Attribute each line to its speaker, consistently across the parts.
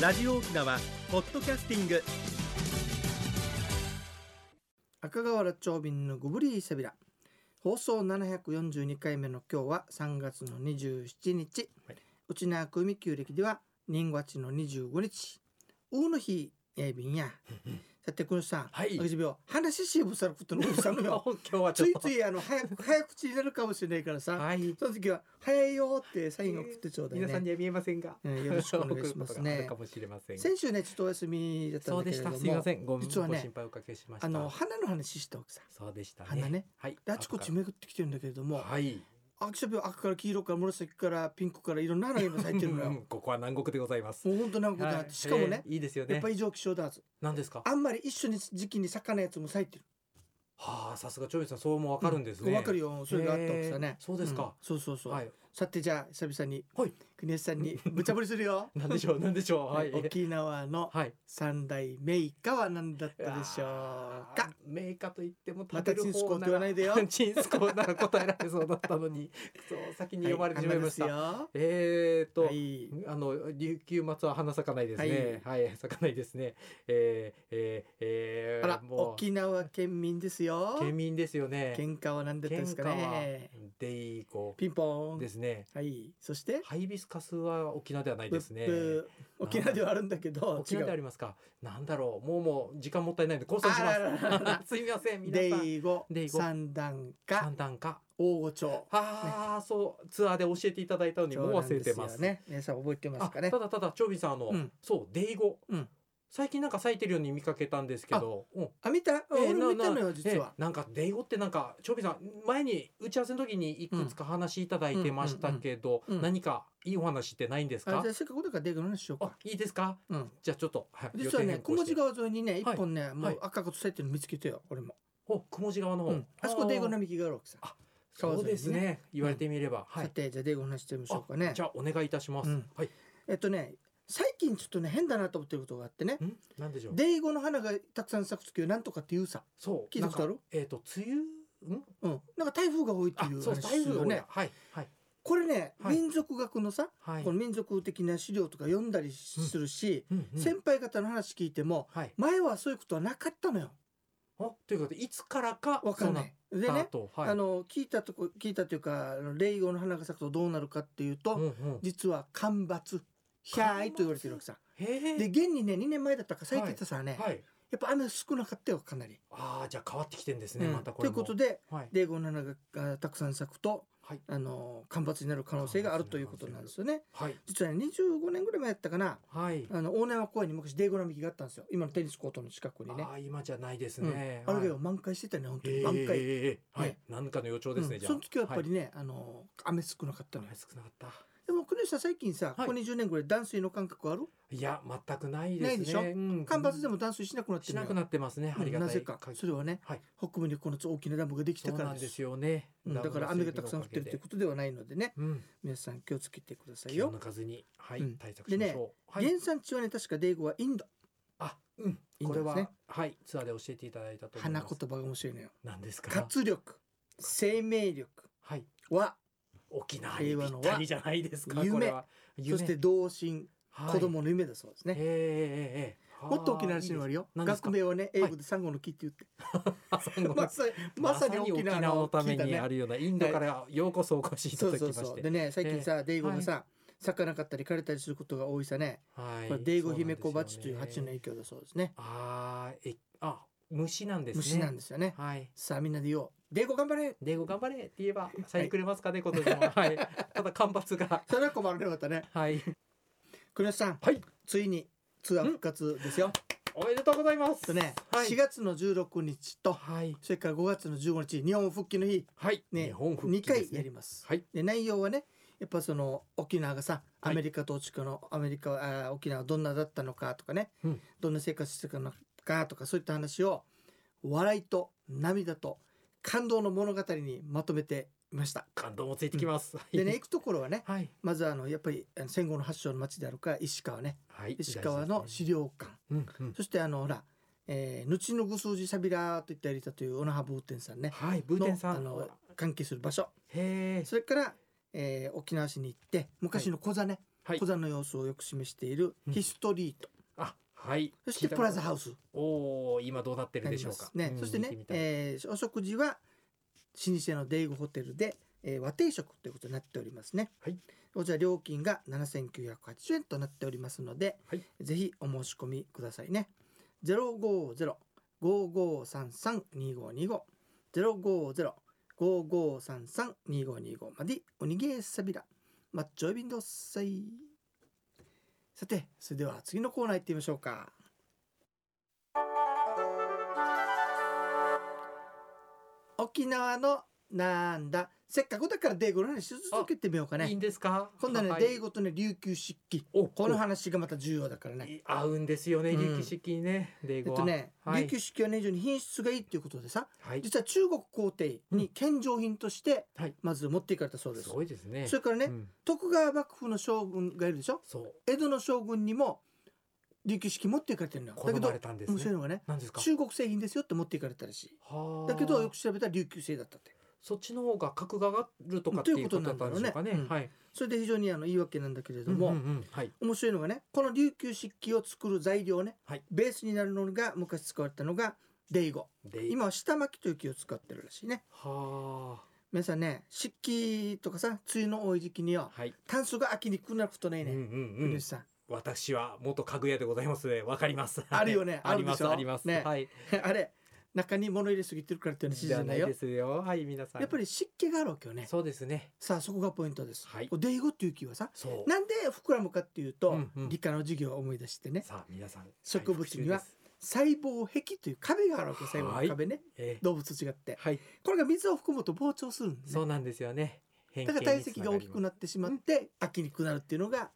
Speaker 1: ラジオ沖縄ポッドキャスティング
Speaker 2: 赤瓦町便のゴブリーセビラ放送742回目の今日は3月の27日、
Speaker 1: はい
Speaker 2: 内縄久海旧暦では人月の25日大の日やいびん やさてこのさん、
Speaker 1: はい
Speaker 2: 私病話しぶさることのおじさんのよ
Speaker 1: 今日は
Speaker 2: ついついあの早く早口になるかもしれないからさ
Speaker 1: はい
Speaker 2: その時は「早いよ」ってサインを送ってちょうだいね、
Speaker 1: 皆さんには見えませんが、
Speaker 2: うんよろしくお願い しますね
Speaker 1: 送ることがあるかもしれませんが
Speaker 2: 先週ねちょっとお休みだった
Speaker 1: そ
Speaker 2: ん
Speaker 1: う
Speaker 2: だ
Speaker 1: で
Speaker 2: けれど
Speaker 1: した
Speaker 2: も
Speaker 1: すいませんご,、
Speaker 2: 実はね
Speaker 1: ご心配おかけしました
Speaker 2: あの花の話したわけさ
Speaker 1: そうでしたね
Speaker 2: 花ね
Speaker 1: はい
Speaker 2: であちこち巡ってきてるんだけれども、
Speaker 1: はい
Speaker 2: 秋田病赤から黄色から紫からピンクからいろんな花が今咲いてるのよも
Speaker 1: ここは南国でございます、
Speaker 2: うほんと何個だ
Speaker 1: は
Speaker 2: って
Speaker 1: い
Speaker 2: しかもね
Speaker 1: え、ーいいですよ
Speaker 2: や
Speaker 1: ね
Speaker 2: っぱ異常気象だはず
Speaker 1: 何ですか
Speaker 2: あんまり一緒に時期に咲かないやつも咲いてる
Speaker 1: はあさすがチョイさんそうもわかるんですね、
Speaker 2: わかるよそれがあったわけさね
Speaker 1: へーそうですか
Speaker 2: んそうそうそう、
Speaker 1: はい
Speaker 2: さてじゃあ久々に
Speaker 1: はい
Speaker 2: 国吉さんに無茶ぶりするよ
Speaker 1: 何でしょう何でしょう はい
Speaker 2: 沖縄の
Speaker 1: はい
Speaker 2: 三大メイカは何だったでしょうか
Speaker 1: メーカーと言っても
Speaker 2: またチンスコーって言わないでよ
Speaker 1: チンスコーなら答えられそうだった のにそう先に読まれてしまいました、
Speaker 2: はい花ですよ
Speaker 1: えーと、
Speaker 2: はい
Speaker 1: あの琉球松は花咲かないですねはい、咲かないですねえー、えー、えー、
Speaker 2: あら
Speaker 1: もう
Speaker 2: 沖縄県民ですよ
Speaker 1: 県民ですよね
Speaker 2: 喧嘩は何だったんですかね
Speaker 1: 喧嘩はデイゴ
Speaker 2: ピンポーン
Speaker 1: ですね
Speaker 2: はいそして
Speaker 1: ハイビスカスは沖縄ではないですね
Speaker 2: ブッブー沖縄ではあるんだけど
Speaker 1: 沖縄であ
Speaker 2: 違う
Speaker 1: りますかなんだろうもうもう時間もったいないんで交戦しま
Speaker 2: あらら ららら
Speaker 1: すすみません皆
Speaker 2: デ
Speaker 1: さん
Speaker 2: イゴ
Speaker 1: デイゴ
Speaker 2: 三段か
Speaker 1: 簡単か
Speaker 2: 大御町
Speaker 1: ああ、そうツアーで教えていただいたのにもう忘れて
Speaker 2: そうなんです
Speaker 1: ま
Speaker 2: よね皆さん覚えてます
Speaker 1: あ
Speaker 2: か
Speaker 1: た
Speaker 2: ね
Speaker 1: だただチョビさんあの、
Speaker 2: うん
Speaker 1: そうデイゴ、
Speaker 2: うん
Speaker 1: 最近なんか咲いてるように見かけたんですけど、うん
Speaker 2: あ見たあ俺も見たの
Speaker 1: な
Speaker 2: よ
Speaker 1: な
Speaker 2: 実は
Speaker 1: えなんかデイゴってなんかチョビさん前に打ち合わせの時にいくつか話いただいてましたけど、
Speaker 2: うんうんうんうん
Speaker 1: 何かいいお話ってないんです
Speaker 2: あ
Speaker 1: か
Speaker 2: じゃあせっかくだからデイゴの話しよう
Speaker 1: あ
Speaker 2: か
Speaker 1: いいですか
Speaker 2: うん
Speaker 1: じゃあちょっと、はい、
Speaker 2: 実は
Speaker 1: 予定
Speaker 2: ね
Speaker 1: 変更
Speaker 2: 小
Speaker 1: し
Speaker 2: 文
Speaker 1: て
Speaker 2: 字川沿いにね一
Speaker 1: はい
Speaker 2: 本ねも
Speaker 1: は
Speaker 2: う
Speaker 1: い
Speaker 2: 赤く咲いてるの見つけてよ俺も
Speaker 1: お雲地川の方、
Speaker 2: うんあそこデイゴの
Speaker 1: あー
Speaker 2: 幹があるわけさ
Speaker 1: あ
Speaker 2: 川沿いに
Speaker 1: そう
Speaker 2: ね
Speaker 1: ですね言われてみれば、は
Speaker 2: さ
Speaker 1: い
Speaker 2: てじゃあデイゴの話してみましょうかね
Speaker 1: じゃあお願いいたします、
Speaker 2: うん
Speaker 1: はい
Speaker 2: えっとね最近ちょっとね変だなと思ってることがあってね
Speaker 1: んなんでしょう
Speaker 2: デイゴの花がたくさん咲くときはなんとかって言うさ
Speaker 1: そう
Speaker 2: 聞いたことある
Speaker 1: なんかえっ、と梅雨ん
Speaker 2: うん、なんか台風が多いって
Speaker 1: あ
Speaker 2: いう
Speaker 1: そう
Speaker 2: 話
Speaker 1: 台
Speaker 2: するよ
Speaker 1: 風のね
Speaker 2: ね。
Speaker 1: はいはい
Speaker 2: これね、
Speaker 1: はい
Speaker 2: 民族学のさ、
Speaker 1: はい
Speaker 2: この民族的な資料とか読んだりするし、
Speaker 1: うんうん
Speaker 2: 先輩方の話聞いても
Speaker 1: はい
Speaker 2: 前はそういうことはなかったのよ。
Speaker 1: あということでいつからか
Speaker 2: わかんない。で
Speaker 1: そうなった
Speaker 2: ね、
Speaker 1: とはい
Speaker 2: あの聞いたとこ聞いたというか、あの霊語の花が咲くとどうなるかっていうと、
Speaker 1: うんうん
Speaker 2: 実は干ばつ。ひゃーいと言われてるわけさ。
Speaker 1: へえ
Speaker 2: で現にね2年前だったか咲いてたさね、
Speaker 1: はい
Speaker 2: やっぱ雨少なかったよかなり。
Speaker 1: ああじゃあ変わってきてんですね、
Speaker 2: うん
Speaker 1: またこ
Speaker 2: い
Speaker 1: とれ
Speaker 2: う
Speaker 1: も
Speaker 2: ことで
Speaker 1: はい
Speaker 2: 霊語の花があたくさん咲くと
Speaker 1: はい
Speaker 2: あの干ばつになる可能性があるということなんですよね。
Speaker 1: はい
Speaker 2: 実はね25年ぐらい前やったかな
Speaker 1: はい
Speaker 2: あの大縄公園に昔デイゴの幹があったんですよ今のテニスコートの近くにね
Speaker 1: ああ今じゃないです
Speaker 2: うん
Speaker 1: ね、
Speaker 2: あれが
Speaker 1: は
Speaker 2: よ
Speaker 1: い
Speaker 2: 満開してたね本当
Speaker 1: え
Speaker 2: に
Speaker 1: え
Speaker 2: 満
Speaker 1: え
Speaker 2: 開、
Speaker 1: えええはい、
Speaker 2: ね
Speaker 1: 何かの予兆ですね、
Speaker 2: うん
Speaker 1: じゃあ
Speaker 2: その時はやっぱり
Speaker 1: ね、
Speaker 2: ね、あの雨少なかった
Speaker 1: は
Speaker 2: のよ
Speaker 1: いあれ少なかった
Speaker 2: でも国吉さん最近さ、
Speaker 1: はい
Speaker 2: ここ20年ぐらい断水の感覚ある
Speaker 1: いや全くないですね
Speaker 2: ないでしょ
Speaker 1: うん
Speaker 2: 干ばつでも断水しなくなって
Speaker 1: し
Speaker 2: るの
Speaker 1: な
Speaker 2: よ
Speaker 1: くなってますね、
Speaker 2: うん
Speaker 1: ありがたい
Speaker 2: なぜか
Speaker 1: 限り
Speaker 2: それはね
Speaker 1: はい
Speaker 2: 北部にこの大きなダムができ
Speaker 1: そ
Speaker 2: た
Speaker 1: う
Speaker 2: か
Speaker 1: な
Speaker 2: ら
Speaker 1: ん
Speaker 2: で
Speaker 1: ですすよね
Speaker 2: うんだから雨がたくさん降ってるということではないのでね
Speaker 1: うん
Speaker 2: 皆さん気をつけてください
Speaker 1: 気
Speaker 2: よ
Speaker 1: を抜かずに、はい、
Speaker 2: うん
Speaker 1: 対策しましょう。はい、
Speaker 2: 原産地はね確かデイゴはインド
Speaker 1: あ、うん、
Speaker 2: イン
Speaker 1: こ
Speaker 2: ド
Speaker 1: れ
Speaker 2: です
Speaker 1: は、
Speaker 2: ね
Speaker 1: はい、ツアーで教えていただいたと思いま
Speaker 2: 花
Speaker 1: す。
Speaker 2: 言葉が面白いのよ
Speaker 1: なんですか。
Speaker 2: 活力生命力
Speaker 1: はい、
Speaker 2: は
Speaker 1: 沖縄に
Speaker 2: 平
Speaker 1: ぴ
Speaker 2: 和の
Speaker 1: っ
Speaker 2: 和
Speaker 1: たりじゃないですか。
Speaker 2: 夢
Speaker 1: これは夢
Speaker 2: そして童心、
Speaker 1: はい
Speaker 2: 子供の夢だそうですね。
Speaker 1: ええええええ
Speaker 2: もっと大きな話にもあ
Speaker 1: り。
Speaker 2: るよ。
Speaker 1: いいです
Speaker 2: 学名はね、英語でサンゴの木って言って。
Speaker 1: あそうなん
Speaker 2: ま
Speaker 1: だ
Speaker 2: さに、まさに沖縄の
Speaker 1: のため
Speaker 2: 木だ
Speaker 1: に
Speaker 2: ね
Speaker 1: あ。るようなインドからようこそお越しいた
Speaker 2: そ
Speaker 1: だ
Speaker 2: う
Speaker 1: き
Speaker 2: そ
Speaker 1: ま
Speaker 2: う
Speaker 1: し
Speaker 2: そう。
Speaker 1: て。
Speaker 2: でね、最近さ、デイゴが
Speaker 1: は
Speaker 2: さ、咲かなかったり枯れたりすることが多いさね。
Speaker 1: はい
Speaker 2: これデイゴ姫
Speaker 1: そ
Speaker 2: コ
Speaker 1: うな
Speaker 2: バ
Speaker 1: んです
Speaker 2: チ
Speaker 1: よね
Speaker 2: という蜂の影響だそうですね。
Speaker 1: あーえ、あ、虫なんですね。
Speaker 2: 虫なんですよね。
Speaker 1: はい。
Speaker 2: さあみんなで言おう。デイゴ頑張れ
Speaker 1: デイゴ頑張れって言えば咲いてくれますかね、今年も。はい。ただ干ばつが。
Speaker 2: それは困るねまたね。
Speaker 1: はい。
Speaker 2: 黒吉さん、
Speaker 1: はい。
Speaker 2: ついにツアー復活ですよ。
Speaker 1: おめでとうございます。
Speaker 2: とね、
Speaker 1: はい。
Speaker 2: 4月の16日と、
Speaker 1: はい。
Speaker 2: それから5月の15日、日本復帰の日、
Speaker 1: はい。
Speaker 2: ね
Speaker 1: 日本復帰
Speaker 2: 2回やり
Speaker 1: ま
Speaker 2: ます。
Speaker 1: はい。
Speaker 2: で内容はねやっぱその沖縄がさ
Speaker 1: は
Speaker 2: ア
Speaker 1: い
Speaker 2: メリカと地区のアメリカはあー沖縄はどんなだったのかとかね、
Speaker 1: うん
Speaker 2: どんな生活してたのかとかそういった話を笑いと涙と感動の物語にまとめてみました。
Speaker 1: 感動もついてきます。
Speaker 2: でね行くところはね
Speaker 1: はい。
Speaker 2: まずあのやっぱりあの戦後の発祥の町であるから石川ね
Speaker 1: はい。
Speaker 2: 石川の資料館、
Speaker 1: うんうん。
Speaker 2: そしてあのほら「えーぬちのぐすうじさびら」といってやりたというオナハブーテンさんね
Speaker 1: はい。ブーテン
Speaker 2: の
Speaker 1: さ
Speaker 2: あ
Speaker 1: ん
Speaker 2: の関係する場所
Speaker 1: へえ。
Speaker 2: それから、えー沖縄市に行って昔の小座ね、
Speaker 1: はい
Speaker 2: 登山の様子をよく示している
Speaker 1: うん
Speaker 2: ヒストリート、
Speaker 1: あ、はい。
Speaker 2: そしてプラザ
Speaker 1: ウ
Speaker 2: ハウスに
Speaker 1: ス。おお、今どうなってる
Speaker 2: な
Speaker 1: で
Speaker 2: り
Speaker 1: しょ
Speaker 2: ま
Speaker 1: うか
Speaker 2: す。ね、
Speaker 1: うん
Speaker 2: そして
Speaker 1: 見
Speaker 2: ね
Speaker 1: み、たい
Speaker 2: えーお食事は老舗のデイグホテルで、えー和定食ということになっておりますね、
Speaker 1: はい
Speaker 2: こちら料金が7980円となっておりますので、
Speaker 1: はい
Speaker 2: ぜひお申し込みくださいね050-5533-2525 050-5533-2525までおにげさびらマッチョイビンドッサイさてそれでは次のコーナー行ってみましょうか沖縄のなんだせっかくだからデイゴの話し続けてみようかね
Speaker 1: いいんですか。
Speaker 2: 今度はね、
Speaker 1: はい
Speaker 2: デイゴとね琉球漆器
Speaker 1: お、
Speaker 2: この
Speaker 1: お
Speaker 2: 話がまた重要だからね
Speaker 1: い合うんですよね、
Speaker 2: うん
Speaker 1: 琉球式にね、デ
Speaker 2: え
Speaker 1: イ
Speaker 2: っ
Speaker 1: ゴは。
Speaker 2: とね、
Speaker 1: はい
Speaker 2: 琉球漆器はね非常に品質がいいっていうことでさ
Speaker 1: はい。
Speaker 2: 実は中国皇帝に献上品として
Speaker 1: はい
Speaker 2: まず持っていかれたそうです
Speaker 1: す、ごいですね。
Speaker 2: それからね、
Speaker 1: うん
Speaker 2: 徳川幕府の将軍がいるでしょ
Speaker 1: そう。
Speaker 2: 江戸の将軍にも琉球式持っていかれてるのよだ
Speaker 1: 好
Speaker 2: け
Speaker 1: ま
Speaker 2: ど
Speaker 1: れたんです
Speaker 2: 面白い
Speaker 1: ね。
Speaker 2: のがね
Speaker 1: なんですか。
Speaker 2: 中国製品ですよって持っていかれたらしい
Speaker 1: はあ
Speaker 2: だけどよく調べたら琉球製だったって
Speaker 1: そっちの方が格が上がるとかっていうことだったんでしょうかね。
Speaker 2: ということ
Speaker 1: はい。
Speaker 2: それで非常にあのいいわけなんだけれど
Speaker 1: うん
Speaker 2: も、
Speaker 1: うんうんはい。
Speaker 2: 面白いのがねこの琉球漆器を作る材料ね、
Speaker 1: はい
Speaker 2: ベースになるのが昔使われたのがデイゴ
Speaker 1: で、
Speaker 2: 今は下巻きという木を使ってるらしいね
Speaker 1: は
Speaker 2: 皆さんね漆器とかさ梅雨の多い時期に
Speaker 1: あ。
Speaker 2: は
Speaker 1: はい。
Speaker 2: タンスが開きにくくなることな
Speaker 1: う
Speaker 2: い
Speaker 1: ん
Speaker 2: ね、
Speaker 1: うんう
Speaker 2: 国
Speaker 1: ん
Speaker 2: 吉。さん
Speaker 1: 私は元家具屋でございますので、わかります。
Speaker 2: あるよね
Speaker 1: あります。
Speaker 2: あ
Speaker 1: あ
Speaker 2: るでし
Speaker 1: り
Speaker 2: ょ
Speaker 1: ます。
Speaker 2: ね
Speaker 1: はい。
Speaker 2: あれ中に物入れすぎてるからっていう話じ
Speaker 1: じ
Speaker 2: ゃ
Speaker 1: ゃ
Speaker 2: な
Speaker 1: ないい
Speaker 2: よ
Speaker 1: ですよ。はい、皆さん。
Speaker 2: やっぱり湿気があるわけよね
Speaker 1: そうですね。
Speaker 2: さあそこがポイントです、
Speaker 1: はい
Speaker 2: こうデイゴっていう木はさ
Speaker 1: そう。
Speaker 2: なんで膨らむかっていうと、
Speaker 1: うんうん
Speaker 2: 理科の授業を思い出してね
Speaker 1: さあ、皆さん。
Speaker 2: 植物には
Speaker 1: はい復習です
Speaker 2: 細胞壁という壁があるわけよ細胞
Speaker 1: は
Speaker 2: の
Speaker 1: い
Speaker 2: 壁ね、
Speaker 1: ええ
Speaker 2: 動物と違って
Speaker 1: はい。
Speaker 2: これが水を含むと膨張するんです
Speaker 1: そ
Speaker 2: ね
Speaker 1: うなんですよね。変
Speaker 2: だから体積が大きく
Speaker 1: な
Speaker 2: なってしまって飽きにくくなるっていうのが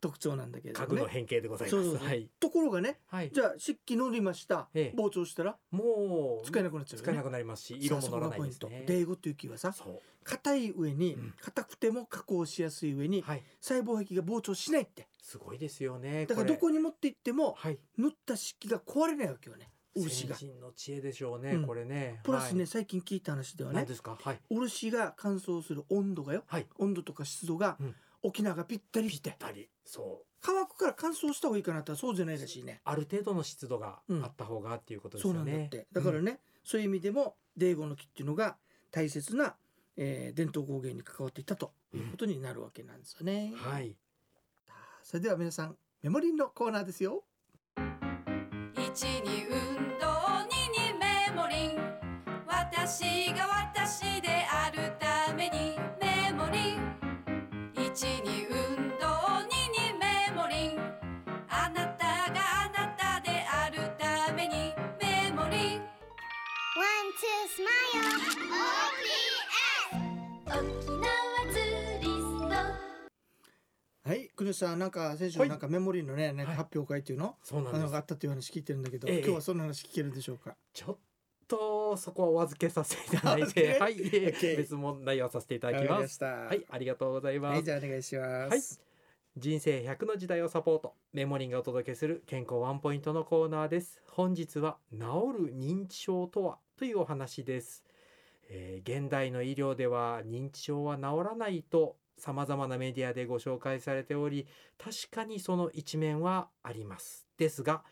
Speaker 2: 特徴なんだけれど
Speaker 1: 家
Speaker 2: も
Speaker 1: 具の
Speaker 2: ね
Speaker 1: 変形でござい
Speaker 2: そ
Speaker 1: ま
Speaker 2: う
Speaker 1: す。
Speaker 2: そうそう
Speaker 1: はい。
Speaker 2: ところがね
Speaker 1: はい。
Speaker 2: じゃあ漆器塗りました
Speaker 1: ええ
Speaker 2: 膨張したら
Speaker 1: もう。
Speaker 2: 使えなくなっちゃう
Speaker 1: 使
Speaker 2: よ
Speaker 1: え
Speaker 2: ね
Speaker 1: なくなりますし、色も
Speaker 2: さあ
Speaker 1: 乗らないです
Speaker 2: そこがポイ
Speaker 1: ね
Speaker 2: ン。トデイゴという木はさ
Speaker 1: そ
Speaker 2: 硬い上に
Speaker 1: うん
Speaker 2: 硬くても加工しやすい上
Speaker 1: う。
Speaker 2: に
Speaker 1: はい。
Speaker 2: 細胞壁が膨張しないって
Speaker 1: すごいですよね。
Speaker 2: だからど
Speaker 1: れ
Speaker 2: こに持って行っても
Speaker 1: はい。
Speaker 2: 塗った漆器が壊れないわけよね漆が
Speaker 1: 先人の知恵でしょう
Speaker 2: う
Speaker 1: ね。
Speaker 2: ん
Speaker 1: これね。
Speaker 2: プラスね
Speaker 1: はい。
Speaker 2: 最近聞いた話では
Speaker 1: 何
Speaker 2: ね
Speaker 1: ですか。はい。
Speaker 2: 漆が乾燥する温度がよ
Speaker 1: はい。
Speaker 2: 温度とか湿度が
Speaker 1: うん
Speaker 2: 沖縄がぴったりして
Speaker 1: たり。そう。
Speaker 2: 乾くから乾燥した方がいいかなってそうじゃないらしいね
Speaker 1: ある程度の湿度が
Speaker 2: うん
Speaker 1: あった方がっていうことです
Speaker 2: そう
Speaker 1: よ
Speaker 2: なんだっ
Speaker 1: ね。
Speaker 2: てだから
Speaker 1: うん
Speaker 2: ね、そういう意味でもデーゴの木っていうのが大切な、えー伝統工芸に関わっていたということになるわけなんですよね、
Speaker 1: はい。
Speaker 2: それでは皆さんメモリーのコーナーですよ
Speaker 3: 一に運動二にメモリン私が私であるためにメモリン一に運動二にメモリンあなたがあなたであるためにメモリン
Speaker 4: One, two, smile. OPS! 沖縄ツーリスト
Speaker 2: はい国吉さんなんか先週
Speaker 1: はい
Speaker 2: なんかメモリーのね、なんか
Speaker 1: はい
Speaker 2: 発表会っていうの、
Speaker 1: そうな
Speaker 2: あ
Speaker 1: んで
Speaker 2: のがあ
Speaker 1: す。
Speaker 2: ったという話聞いてるんだけど、
Speaker 1: ええ
Speaker 2: 今日はその話聞けるでしょうか
Speaker 1: ちょっとそこはお預けさせていただいて、
Speaker 2: お
Speaker 1: は
Speaker 2: 預
Speaker 1: い、
Speaker 2: OK
Speaker 1: 別問題をさせていた
Speaker 2: わ
Speaker 1: だ
Speaker 2: か
Speaker 1: き
Speaker 2: り
Speaker 1: ま。
Speaker 2: ますした
Speaker 1: は、、
Speaker 2: はい
Speaker 1: ありがとうございます。
Speaker 2: じゃあお願いします、
Speaker 1: はい人生100の時代をサポートメモリンがお届けする健康ワンポイントのコーナーです本日は治る認知症とはというお話です、えー現代の医療では認知症は治らないと様々なメディアでご紹介されており確かにその一面はありますですが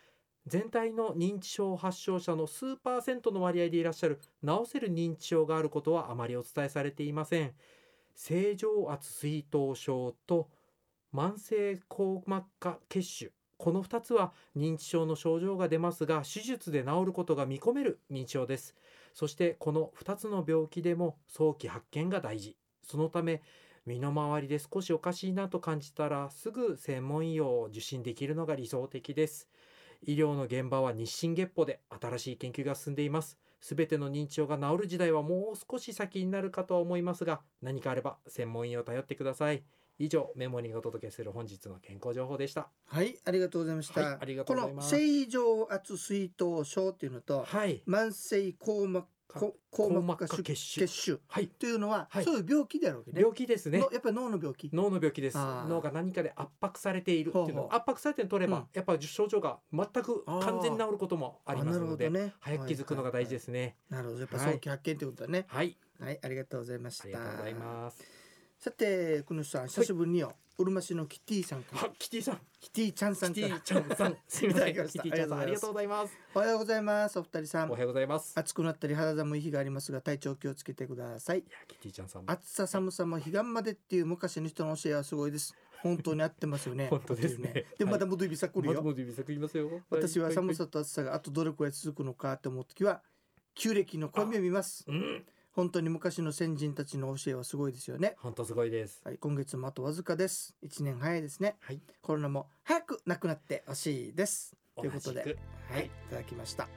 Speaker 1: 全体の認知症発症者の数パーセントの割合でいらっしゃる治せる認知症があることはあまりお伝えされていません正常圧水頭症と慢性硬膜下血腫この2つは認知症の症状が出ますが手術で治ることが見込める認知症ですそしてこの2つの病気でも早期発見が大事そのため身の回りで少しおかしいなと感じたらすぐ専門医を受診できるのが理想的です医療の現場は日進月歩で新しい研究が進んでいますすべての認知症が治る時代はもう少し先になるかとは思いますが何かあれば専門医を頼ってください以上メモリーがお届けする本日の健康情報でした
Speaker 2: はい、ありがとうございました。
Speaker 1: はいありがとうございま
Speaker 2: こ
Speaker 1: す
Speaker 2: の正常圧水頭症っていうのと、
Speaker 1: はい
Speaker 2: 慢性硬膜
Speaker 1: か
Speaker 2: こ硬
Speaker 1: 硬
Speaker 2: 膜
Speaker 1: 膜
Speaker 2: 下
Speaker 1: 下
Speaker 2: 血腫
Speaker 1: 血腫
Speaker 2: 血腫
Speaker 1: はい
Speaker 2: というのは、
Speaker 1: はい
Speaker 2: そういう病気であるわけね。
Speaker 1: 病気ですね
Speaker 2: のやっぱり脳の病気。
Speaker 1: 脳の病気です
Speaker 2: あー
Speaker 1: 脳が何かで圧迫されているっていう
Speaker 2: ほう
Speaker 1: の
Speaker 2: ほう
Speaker 1: 圧迫されて取れば、
Speaker 2: うん
Speaker 1: やっぱ症状が全く完全に治ることもありますので、
Speaker 2: あなるほどね。
Speaker 1: 早く気づくのが大事ですすね
Speaker 2: はいはいなるほど、やっぱ早期発見ということだね。
Speaker 1: はい、
Speaker 2: はい、ありがとうございました。
Speaker 1: ありがとうございます
Speaker 2: さて、この人さん久しぶりによ、うるま市のキティさんから
Speaker 1: あ、キティさん、
Speaker 2: キティちゃんさん
Speaker 1: キ
Speaker 2: か
Speaker 1: テ
Speaker 2: ら
Speaker 1: ィちゃんさん、すみません、
Speaker 2: いただきまし
Speaker 1: キ
Speaker 2: た
Speaker 1: ティちゃ んさん、ありがとうございます。
Speaker 2: おはようございますお二人さ
Speaker 1: お
Speaker 2: ん
Speaker 1: はようございます。
Speaker 2: 暑くなったり肌寒い日がありますが体調気をつけてください
Speaker 1: いや、キティちゃんさんも、
Speaker 2: 暑さ寒さも彼岸までっていう昔の人の教えはすごいです本当に合ってますよね
Speaker 1: 本当ですね
Speaker 2: 合ってるで
Speaker 1: はい
Speaker 2: まだ戻りさくる
Speaker 1: まず
Speaker 2: よ
Speaker 1: も指先いますよ。
Speaker 2: 私は寒
Speaker 1: い
Speaker 2: さと暑さがあとどれくらい続くのかと思う時は旧暦の暦を見ます
Speaker 1: い。うん、
Speaker 2: 本当に昔の先人たちの教えはすごいですよね
Speaker 1: 本当すごいです。
Speaker 2: はい、今月もあとわずかです一年早いですね
Speaker 1: はい、
Speaker 2: コロナも早くなくなってほしいですということで
Speaker 1: 同じく
Speaker 2: はい、いただきました。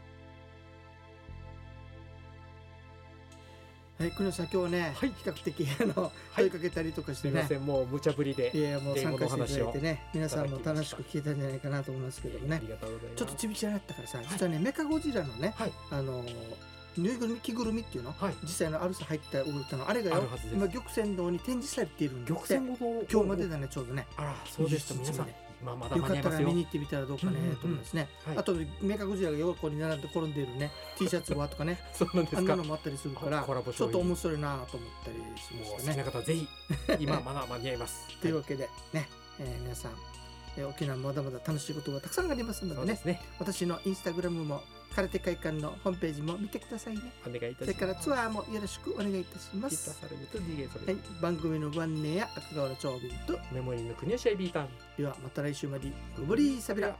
Speaker 2: はい、くのさん、今日ね、
Speaker 1: はい
Speaker 2: 比較的、あの、問いかけたりとかし
Speaker 1: す
Speaker 2: て
Speaker 1: みま
Speaker 2: ね
Speaker 1: せ。ん、もう無茶ぶりで。
Speaker 2: いやいや、もう
Speaker 1: 英
Speaker 2: 参
Speaker 1: 語の
Speaker 2: 加していただいてね、皆さん
Speaker 1: い
Speaker 2: も
Speaker 1: ただ
Speaker 2: 楽
Speaker 1: きまし
Speaker 2: したく聞いたんじゃないかなと思いますけども
Speaker 1: あ
Speaker 2: ね
Speaker 1: り。がとうございます。
Speaker 2: ちょっとちびちゃなったからさ、
Speaker 1: い
Speaker 2: 実はね、メカゴジラのね、
Speaker 1: はい、
Speaker 2: あの、ぬいぐるみ、着ぐるみっていうの。
Speaker 1: はい、
Speaker 2: 実際のアルサ入ったウルタのあれが
Speaker 1: あ
Speaker 2: よ
Speaker 1: るはずです
Speaker 2: 今玉泉堂に展示されているんで
Speaker 1: 玉泉ごと。
Speaker 2: 今日まで。だねちょうどね
Speaker 1: あら、そうですか、
Speaker 2: 技
Speaker 1: 皆
Speaker 2: 術
Speaker 1: さ
Speaker 2: も
Speaker 1: ん
Speaker 2: ね。
Speaker 1: 今まだ
Speaker 2: よ
Speaker 1: 間
Speaker 2: か
Speaker 1: に
Speaker 2: っ
Speaker 1: 合い
Speaker 2: た
Speaker 1: ます
Speaker 2: ら
Speaker 1: よ
Speaker 2: 見。に行ってみたらどうかね
Speaker 1: うんうんうん
Speaker 2: と思いますね
Speaker 1: はい
Speaker 2: あとメカゴジラが横に並んで転んでいるね T シャツはとかね
Speaker 1: そうなん で
Speaker 2: あ
Speaker 1: す
Speaker 2: ん
Speaker 1: か。
Speaker 2: なの
Speaker 1: もう
Speaker 2: もあったりするか
Speaker 1: あ
Speaker 2: ら
Speaker 1: コラボ商
Speaker 2: ち
Speaker 1: 品
Speaker 2: ょっと面白いなと思ったりしま
Speaker 1: 好
Speaker 2: し
Speaker 1: き
Speaker 2: たね
Speaker 1: な。方はぜひ、今まだ間に合い ます。
Speaker 2: という
Speaker 1: は
Speaker 2: わけでね、えー皆さん、えー沖縄まだまだ楽しいことがたくさんありますの
Speaker 1: い、
Speaker 2: で
Speaker 1: そうで
Speaker 2: ね
Speaker 1: すね。
Speaker 2: 私のインスタグラムも空手会館のホームページも見てくださいね
Speaker 1: お願いいた
Speaker 2: それ
Speaker 1: します。
Speaker 2: からツアーもよろしくお願いいたしま
Speaker 1: キッタ
Speaker 2: す、
Speaker 1: サルムとディゲイサルム
Speaker 2: はい、番組のご案内や赤川の長瓶と
Speaker 1: メモリーの国吉アイビータン。
Speaker 2: ではまた来週までごぶりーさびら